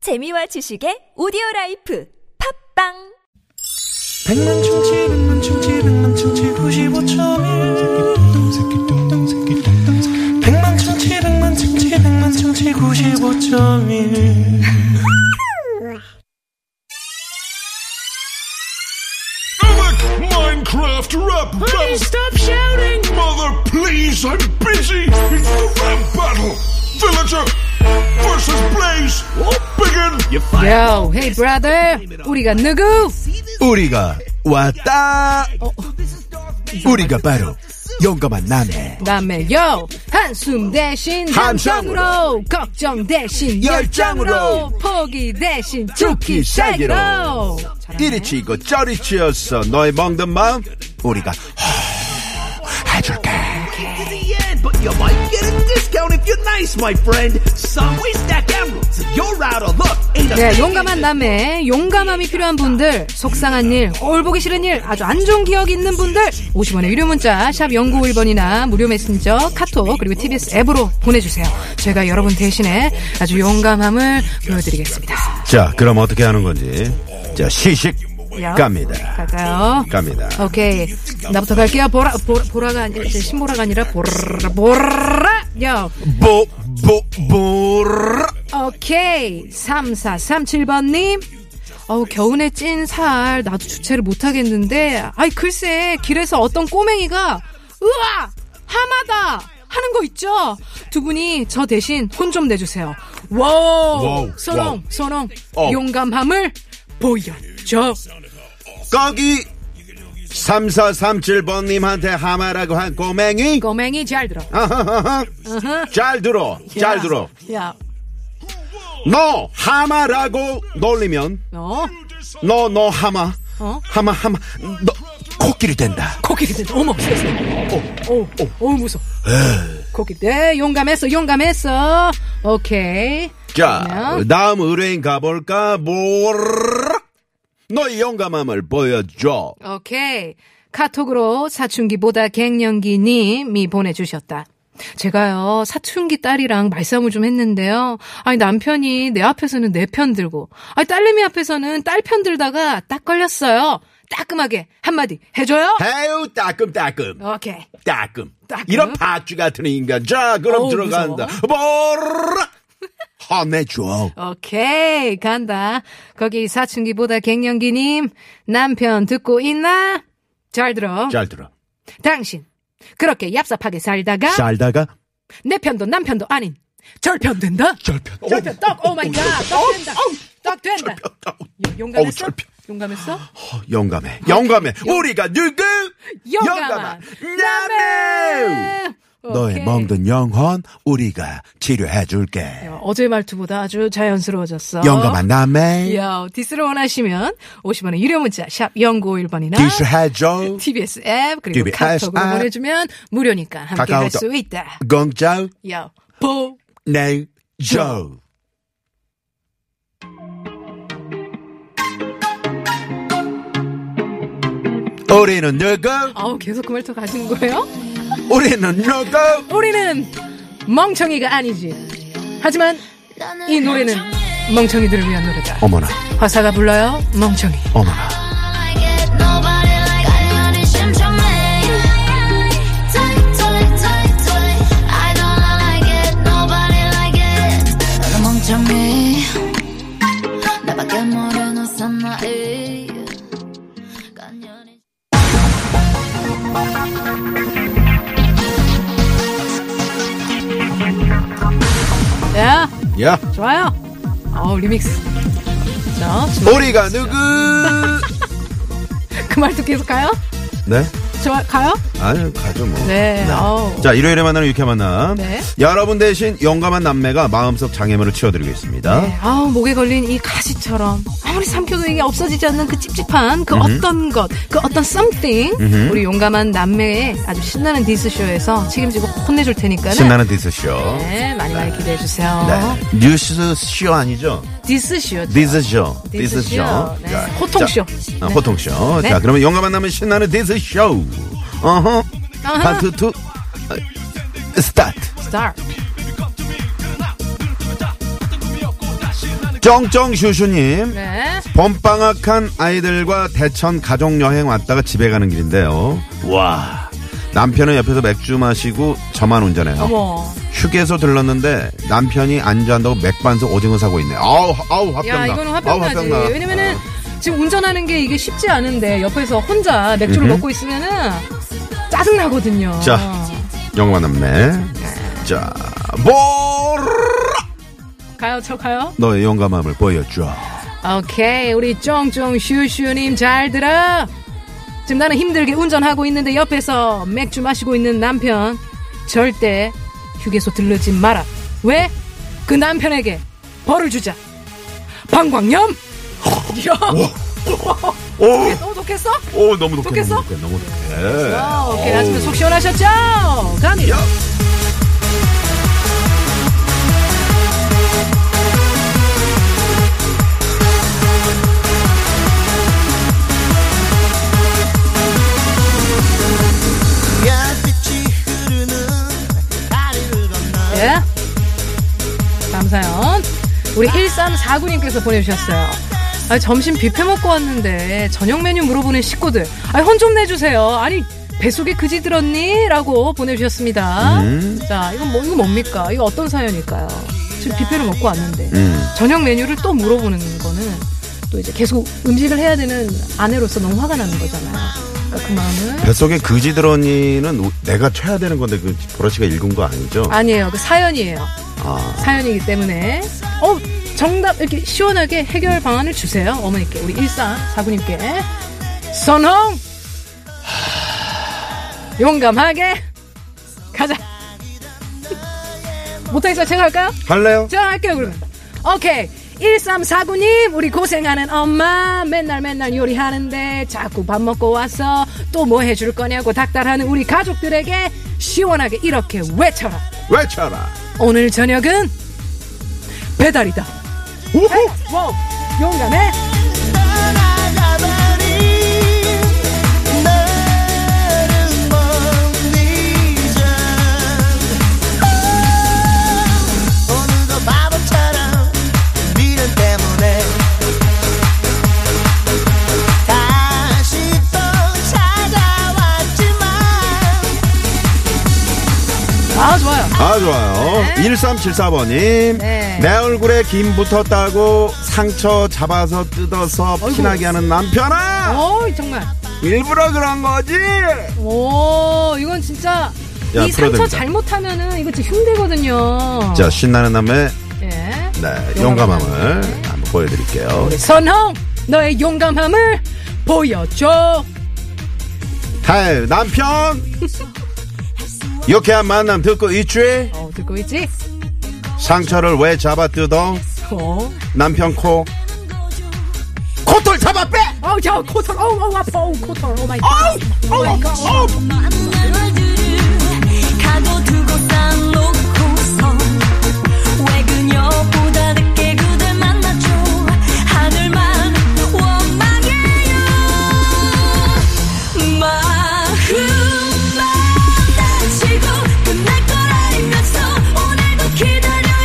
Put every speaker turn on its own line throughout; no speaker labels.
재미와 지식의 오디오 라이프 팝빵
백만 충치 백만 충치 백만 충치 95.1 백만 충치 백만 충치 백만 충치 95.1
Alec Minecraft rap battle. Stop shouting, mother! Please, I'm busy. It's the rap battle. Villager versus Blaze. Begin. You
Yo, hey brother, 우리가 누구?
우리가 왔다.
어?
우리가 바로 용감한 남해.
남의 yo 한숨 대신
함성으로.
함성으로 걱정 대신
열정으로.
열정으로 포기 대신 죽기 세기로
세기로. 이리 치고 저리 치어서 너의 멍든 마음 우리가 해줄게.
to the end, but you might get a discount if you're nice, my friend. Some we stack emeralds, if you're out of luck. Ain't a
네,
thing
용감한 남의 용감함이 필요한 분들, 속상한 일, 꼴 보기 싫은 일, 아주 안 좋은 기억 있는 분들, 50원의 유료 문자, 샵 0951번이나 무료 메신저, 카톡, 그리고 TBS 앱으로 보내주세요. 제가 여러분 대신에 아주 용감함을 보여드리겠습니다.
자, 그럼 어떻게 하는 건지. 자, 시식
야.
갑니다.
갈까요?
갑니다.
오케이 나부터 갈게요 보라 보라 보라가 아니 신보라가 아니라 보라 보라 요
보, 보, 보라.
오케이 3437번님 어우 겨운에 찐 살 나도 주체를 못하겠는데 아이 글쎄 길에서 어떤 꼬맹이가 으아 하마다 하는 거 있죠 두 분이 저 대신 혼 좀 내주세요
와우,
와우
와우.
소롱 소롱
어.
용감함을 보여줘
거기 3437번님한테 하마라고 한 꼬맹이.
꼬맹이 잘 들어
아하하하. 잘 들어. 잘 들어.
야
너 하마라고 놀리면
어.
너 너 하마
어?
하마 하마 너 코끼리 된다
코끼리 대 어머 어어 어, 무서워 코끼리 대 용감했어 용감했어 오케이
자
그러면
다음 의뢰인 가볼까 뭐라 너의 용감함을 보여줘
오케이 카톡으로 사춘기보다 갱년기님이 보내주셨다 제가요 사춘기 딸이랑 말싸움을 좀 했는데요 아니 남편이 내 앞에서는 내 편 들고 아니 딸내미 앞에서는 딸 편 들다가 딱 걸렸어요 따끔하게 한마디 해줘요
해우 따끔따끔
오케이
따끔
어? 따끔.
이런 팥쥐 같은 인간 자 그럼
어우,
들어간다 뭐라 화내줘
오케이 간다 거기 사춘기보다 갱년기님 남편 듣고 있나 잘 들어
잘 들어
당신 그렇게 얍삽하게 살다가
살다가
내 편도 남편도 아닌 절편 된다
절편 어,
절편 떡 오마이갓 떡 된다 떡 된다 용- 용감했어
어우, 절편.
용감했어
용감해 용감해 우리가 누구
용감한
남해 너의
오케이.
멍든 영혼 우리가 치료해줄게.
어제 말투보다 아주 자연스러워졌어
영감한 남의
야, 디스를 원하시면 50원의 유료 문자 샵 0951번이나
디스해줘.
TBS 앱 그리고
TBS
카톡으로
앱.
보내주면 무료니까 함께
카카오톡.
할 수 있다.
공짜
야, 보.
내줘. 우리는 누구?
아우 계속 그 말투 가시는 거예요?
우리는 누구?
우리는 멍청이가 아니지. 하지만 이 노래는 멍청이들을 위한 노래다.
어머나,
화사가 불러요, 멍청이.
어머나.
야,
야,
좋아요. 어우 리믹스. 자,
우리가 누구?
그 말투 계속 가요?
네?
좋아, 가요?
아니 가죠 뭐.
네, 아우.
자 일요일에 만나는 유쾌 만남.
네.
여러분 대신 용감한 남매가 마음속 장애물을 치워드리겠습니다.
네, 아우 목에 걸린 이 가시처럼 아무리 삼켜도 이게 없어지지 않는 그 찝찝한 그 어떤 것, 그 어떤 something 우리 용감한 남매의 아주 신나는 디스쇼에서 책임지고 혼내줄 테니까는
신나는 디스쇼.
네, 많이 많이 기대해 주세요.
네. 뉴스쇼 아니죠?
디스쇼.
디스쇼.
디스쇼.
디스쇼.
네.
자,
호통쇼.
자, 아,
네.
호통쇼.
네.
자, 그러면 용감한 남은 신나는 디스쇼. 어허. 파트 2. 스타트.
스타트.
쩡쩡슈슈님.
네.
봄방학한 아이들과 대천 가족여행 왔다가 집에 가는 길인데요. 와. 남편은 옆에서 맥주 마시고 저만 운전해요.
어머.
휴게소 들렀는데 남편이 안주한다고 맥반석 오징어 사고 있네. 아우, 아우, 화병나.
야, 이거는
아우,
화병나지.
화병나.
왜냐면은 지금 운전하는 게 이게 쉽지 않은데 옆에서 혼자 맥주를 먹고 있으면은 짜증 나거든요.
자. 영화 남네. 자, 보라!
가요, 저 가요.
너의 용감함을 보여줘.
오케이, 우리 쫑쫑 슈슈님 잘 들어. 지금 나는 힘들게 운전하고 있는데 옆에서 맥주 마시고 있는 남편 절대 휴게소 들르지 마라. 왜? 그 남편에게 벌을 주자. 방광염. 야,
오!
너무 독했어?
오, 너무 독해.
독했어?
너무 독해. 너무 독해.
아, 오케이, 아침에 속 시원하셨죠? 감이. 예. 감사연. 우리 1349님께서 보내주셨어요. 아, 점심 뷔페 먹고 왔는데 저녁 메뉴 물어보는 식구들. 아, 혼 좀 내주세요. 아니, 뱃속에 그지 들었니? 라고 보내주셨습니다. 자, 이건 뭐, 이거 뭡니까? 이거 어떤 사연일까요? 지금 뷔페를 먹고 왔는데
음.
저녁 메뉴를 또 물어보는 거는 또 이제 계속 음식을 해야 되는 아내로서 너무 화가 나는 거잖아요. 그러니까 그 마음을.
뱃속에 그지 드러니는 우- 내가 쳐야 되는 건데 그 보라씨가 읽은 거 아니죠?
아니에요. 그 사연이에요.
아.
사연이기 때문에 어 정답 이렇게 시원하게 해결 방안을 주세요 어머니께 우리 일산 사부님께 선홍 용감하게 가자 못하겠어 제가 할까요?
할래요?
제가 할게요 그러면 오케이 1349님 우리 고생하는 엄마 맨날 맨날 요리하는데 자꾸 밥 먹고 와서 또 뭐 해줄 거냐고 닥달하는 우리 가족들에게 시원하게 이렇게 외쳐라
외쳐라.
오늘 저녁은 배달이다. 어,
우후!
와우, 용감해. 아 좋아요.
아, 좋아요. 1374번님.
네.
내 얼굴에 김 붙었다고 상처 잡아서 뜯어서 피나게 하는 남편아!
오 정말.
일부러 그런 거지!
오 이건 진짜
야,
이 상처
풀어드립니다.
잘못하면은 이거 진짜 흉내거든요.
자, 신나는 남의
예.
네,
용감함을.
용감함을 한번 보여드릴게요.
우리 선홍 너의 용감함을 보여줘.
탈, 남편! 유쾌한 만남 듣고 있지?
어 듣고 있지?
상처를 왜 잡아 뜯어?
어.
남편 코. 코털 잡아 빼!
어, 아우야 코털 어우 아파 어 코털 오 마이 갓. 오 마이 갓.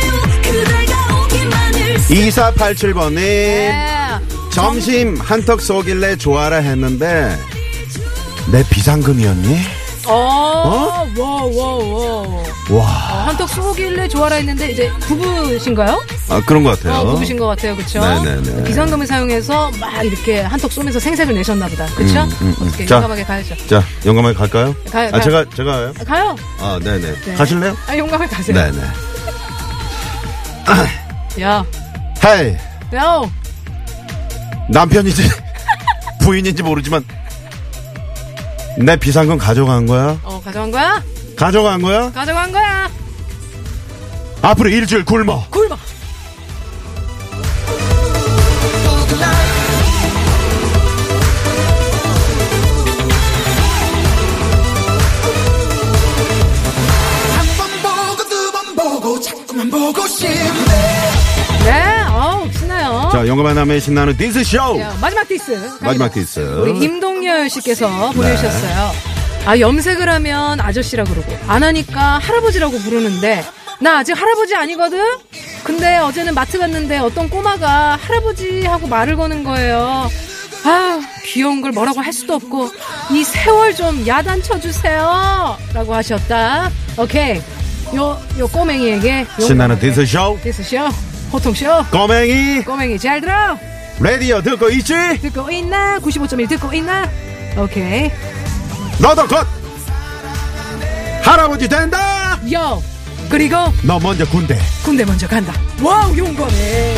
기다려요 그대가 오기만을
2487번님.
예.
점심 한턱 쏘길래 좋아라 했는데 내 비상금이었니?
어. 와와와 아,
와
한턱 쏘길래 좋아라 했는데 이제 부부신가요?
아, 그런 것 같아요.
어, 부부신 것 같아요, 그렇죠?
네네네.
비상금을 사용해서 막 이렇게 한턱 쏘면서 생색을 내셨나 보다, 그렇죠?
음, 음, 음.
어떻게
자.
용감하게 가야죠?
자 용감하게 갈까요?
가요,
아
가요.
제가 제가 가요?
가요.
아 네네
네.
가실래요?
아 용감하게 가세요.
네네.
야,
헤이
야,
남편인지 부인인지 모르지만 내 비상금 가져간 거야?
어 가져간 거야?
가져간 거야?
가져간 거야.
앞으로 일주일 굶어.
굴마. 네, 어우 신나요.
자 영감한 남의 신나는 디스 쇼.
야, 마지막 디스.
마지막 디스. 네.
우리 임동열 씨께서 보내주셨어요. 아 염색을 하면 아저씨라 그러고 안 하니까 할아버지라고 부르는데 나 아직 할아버지 아니거든. 근데 어제는 마트 갔는데 어떤 꼬마가 할아버지 하고 말을 거는 거예요. 아, 귀여운 걸 뭐라고 할 수도 없고 이 세월 좀 야단 쳐주세요. 라고 하셨다. 오케이. 요, 요 꼬맹이에게 용-
신나는 디스쇼
디스쇼, 호통쇼,
꼬맹이
꼬맹이 잘 들어.
레디오 듣고 있지?
듣고 있나? 95.1 듣고 있나? 오케이.
너도 곧 할아버지 된다
요. 그리고
너 먼저 군대
군대 먼저 간다. 와우, 용감해.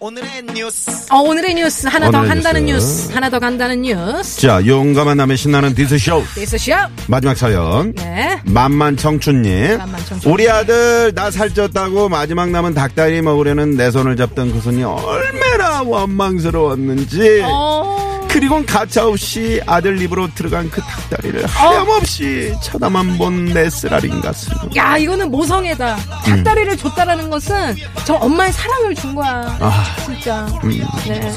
오늘의 뉴스
어, 오늘의 뉴스 하나 더
오늘의
간다는
뉴스.
뉴스. 하나 더 간다는 뉴스.
자 용감한 남의 신나는 디스쇼
디스쇼.
마지막 사연
네.
만만 청춘님
만만 청춘님.
우리 아들 나 살쪘다고 마지막 남은 닭다리 먹으려는 내 손을 잡던 그 손이 얼마나 원망스러웠는지
어.
그리곤 가차없이 아들 입으로 들어간 그 닭다리를 하염없이 쳐다만 본 내 쓰라린 가슴
야, 이거는 모성애다. 닭다리를 줬다라는 것은 저 엄마의 사랑을 준 거야.
아.
진짜.
음.
네.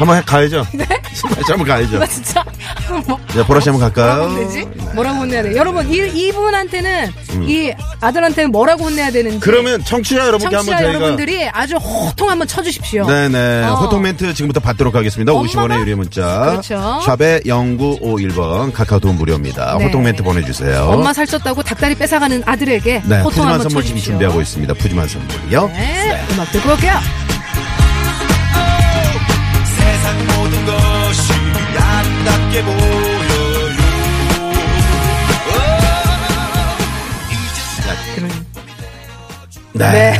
한번 해- 가야죠 다시 한번 가야죠
나 진짜. 뭐,
자 보라씨 한번
뭐라고
갈까요?
혼내지? 뭐라고 혼내야 돼? 여러분, 이, 이분한테는, 이 아들한테는 뭐라고 혼내야 되는지.
음. 그러면 청취자 여러분께 한번
청취자
저희가
여러분들이 아주 호통 한번 쳐주십시오.
네네
어.
호통 멘트 지금부터 받도록 하겠습니다
엄마가-
50원의 유료 문자
그렇죠.
샵에 0951번 카카오톡 무료입니다
네.
호통 멘트 보내주세요
엄마 살쪘다고 닭다리 뺏어가는 아들에게
어? 네
호통
푸짐한
한번
선물 지금
쳐주십시오.
준비하고 있습니다 푸짐한 선물이요
네, 음악 듣고 올게요.
세상 모든 것이 아름답게 보여요
그럼
네,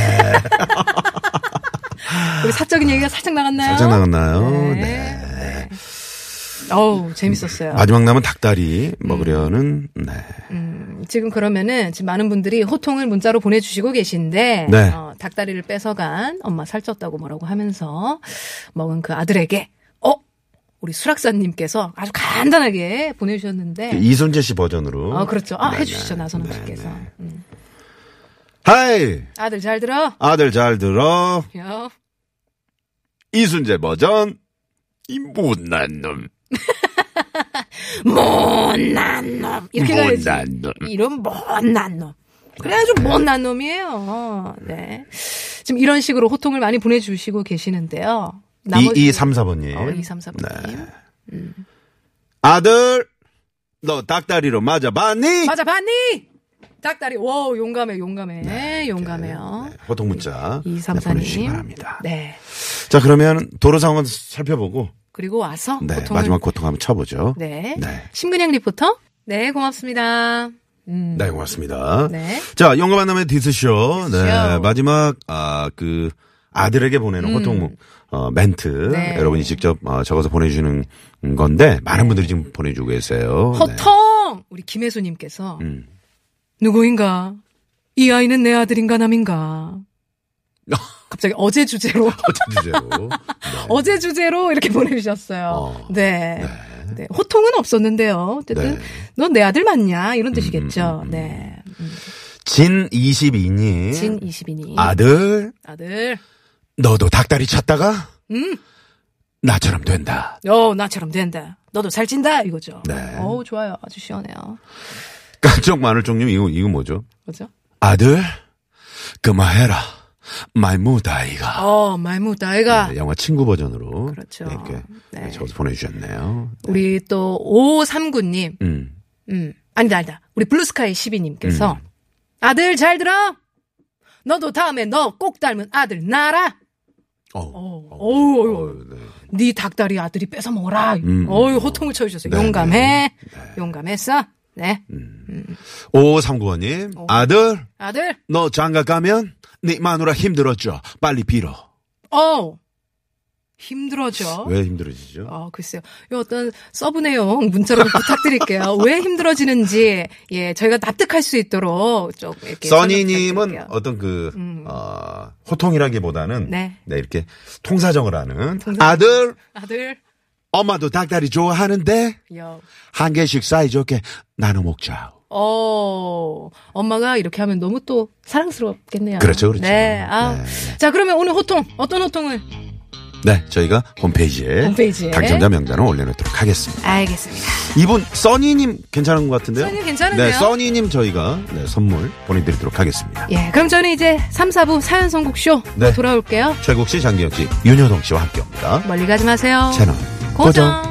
우리 사적인 얘기가 살짝 나갔나요?
살짝 나갔나요? 네.
어우, 재밌었어요.
마지막 남은 닭다리 먹으려는 네.
지금 그러면은 지금 많은 분들이 호통을 문자로 보내주시고 계신데
네.
어, 닭다리를 뺏어간 엄마 살쪘다고 뭐라고 하면서 먹은 그 아들에게 어 우리 수락사님께서 아주 간단하게 보내주셨는데
이순재 씨 버전으로
어 그렇죠 음. 아
네,
해주시죠
네.
나선홍
네,
씨께서
네.
음.
하이
아들 잘 들어
아들 잘 들어
요.
이순재 버전 이 못난 놈
못난 놈 이렇게 가야지
못난 놈
이런 못난 놈. 그래가지고 못난 놈이에요. 네. 지금 이런 식으로 호통을 많이 보내주시고 계시는데요. 나머지-
2234번님
어, 2234번님.
네. 아들 너 닭다리로 맞아봤니?
맞아, 봤니? 닭다리. 와 용감해, 용감해. 용감해요.
네, 호통 문자
어? 이
네,
삼사님.
보내주시기 바랍니다.
네.
자 그러면 도로 상황 살펴보고
그리고 와서
네,
보통
마지막 고통 한번 쳐보죠.
네.
네.
심근양 리포터. 네, 고맙습니다. 음.
네, 고맙습니다.
네.
자, 영어 만남의 디스쇼. 네,
디스쇼. 음.
마지막, 아, 그, 아들에게 보내는 호통, 어, 멘트.
네.
여러분이 직접 어, 적어서 보내주시는 건데, 많은 분들이 지금 보내주고 계세요. 네.
허통! 우리 김혜수님께서.
음.
누구인가? 이 아이는 내 아들인가 남인가? 갑자기 어제 주제로.
어떤 주제로. 네.
어제 주제로 이렇게 보내주셨어요.
어.
네. 네. 호통은 없었는데요. 어쨌든,
네. 음,
넌 내 아들 맞냐? 이런 뜻이겠죠. 네.
진22님.
진 22니.
아들,
아들.
너도 닭다리 쳤다가,
음.
나처럼 된다.
어, 나처럼 된다. 너도 살찐다. 이거죠.
네.
어우, 좋아요. 아주 시원해요.
깜짝 마늘 종류, 이거, 이거 뭐죠?
뭐죠?
아들, 그만해라. 마이 무다이가.
어, 말무다. 애가.
아. 네, 영화 친구 버전으로
그렇죠.
이렇게
네.
적어서 보내주셨네요.
우리 또 539님.
음.
음. 아니다, 아니다. 우리 블루스카이 12님께서 아들 잘 들어. 너도 다음에 너 꼭 닮은 아들 나라.
어.
오, 오, 오,
네.
네 닭다리 아들이 뺏어 먹어라.
음.
어유 호통을 쳐주셨어요.
네,
용감해.
네. 음.
용감했어. 네. 어.
5539번님, 아들,
아들.
너 장가 가면 네 마누라 힘들었죠. 빨리 빌어.
어. 힘들어져.
왜 힘들어지죠?
어, 글쎄요. 이 어떤 서브 내용 문자로 부탁드릴게요. 왜 힘들어지는지, 예, 저희가 납득할 수 있도록 좀 이렇게.
써니님은
설명 부탁드릴게요. 음.
어떤 그, 어, 호통이라기보다는,
네.
이렇게 통사정을 하는 어-
통사정.
아들,
아들.
엄마도 닭다리 좋아하는데
야.
한 개씩 사이좋게 나눠 먹자.
어, 엄마가 이렇게 하면 너무 또 사랑스럽겠네요.
그렇죠, 그렇죠.
네. 아. 자, 그러면 오늘 호통, 어떤 호통을?
네, 저희가 홈페이지에,
홈페이지에.
당첨자 명단을 올려놓도록 하겠습니다.
알겠습니다.
이분 써니님 괜찮은 것 같은데요?
써니 괜찮은데요?
네, 써니님 저희가 네, 선물 보내드리도록 하겠습니다.
예, 그럼 저는 이제 3, 4부 사연 선곡쇼 또
네.
돌아올게요.
최국 씨, 장기혁 씨, 윤효동 씨와 함께합니다.
멀리 가지 마세요.
채널
고정.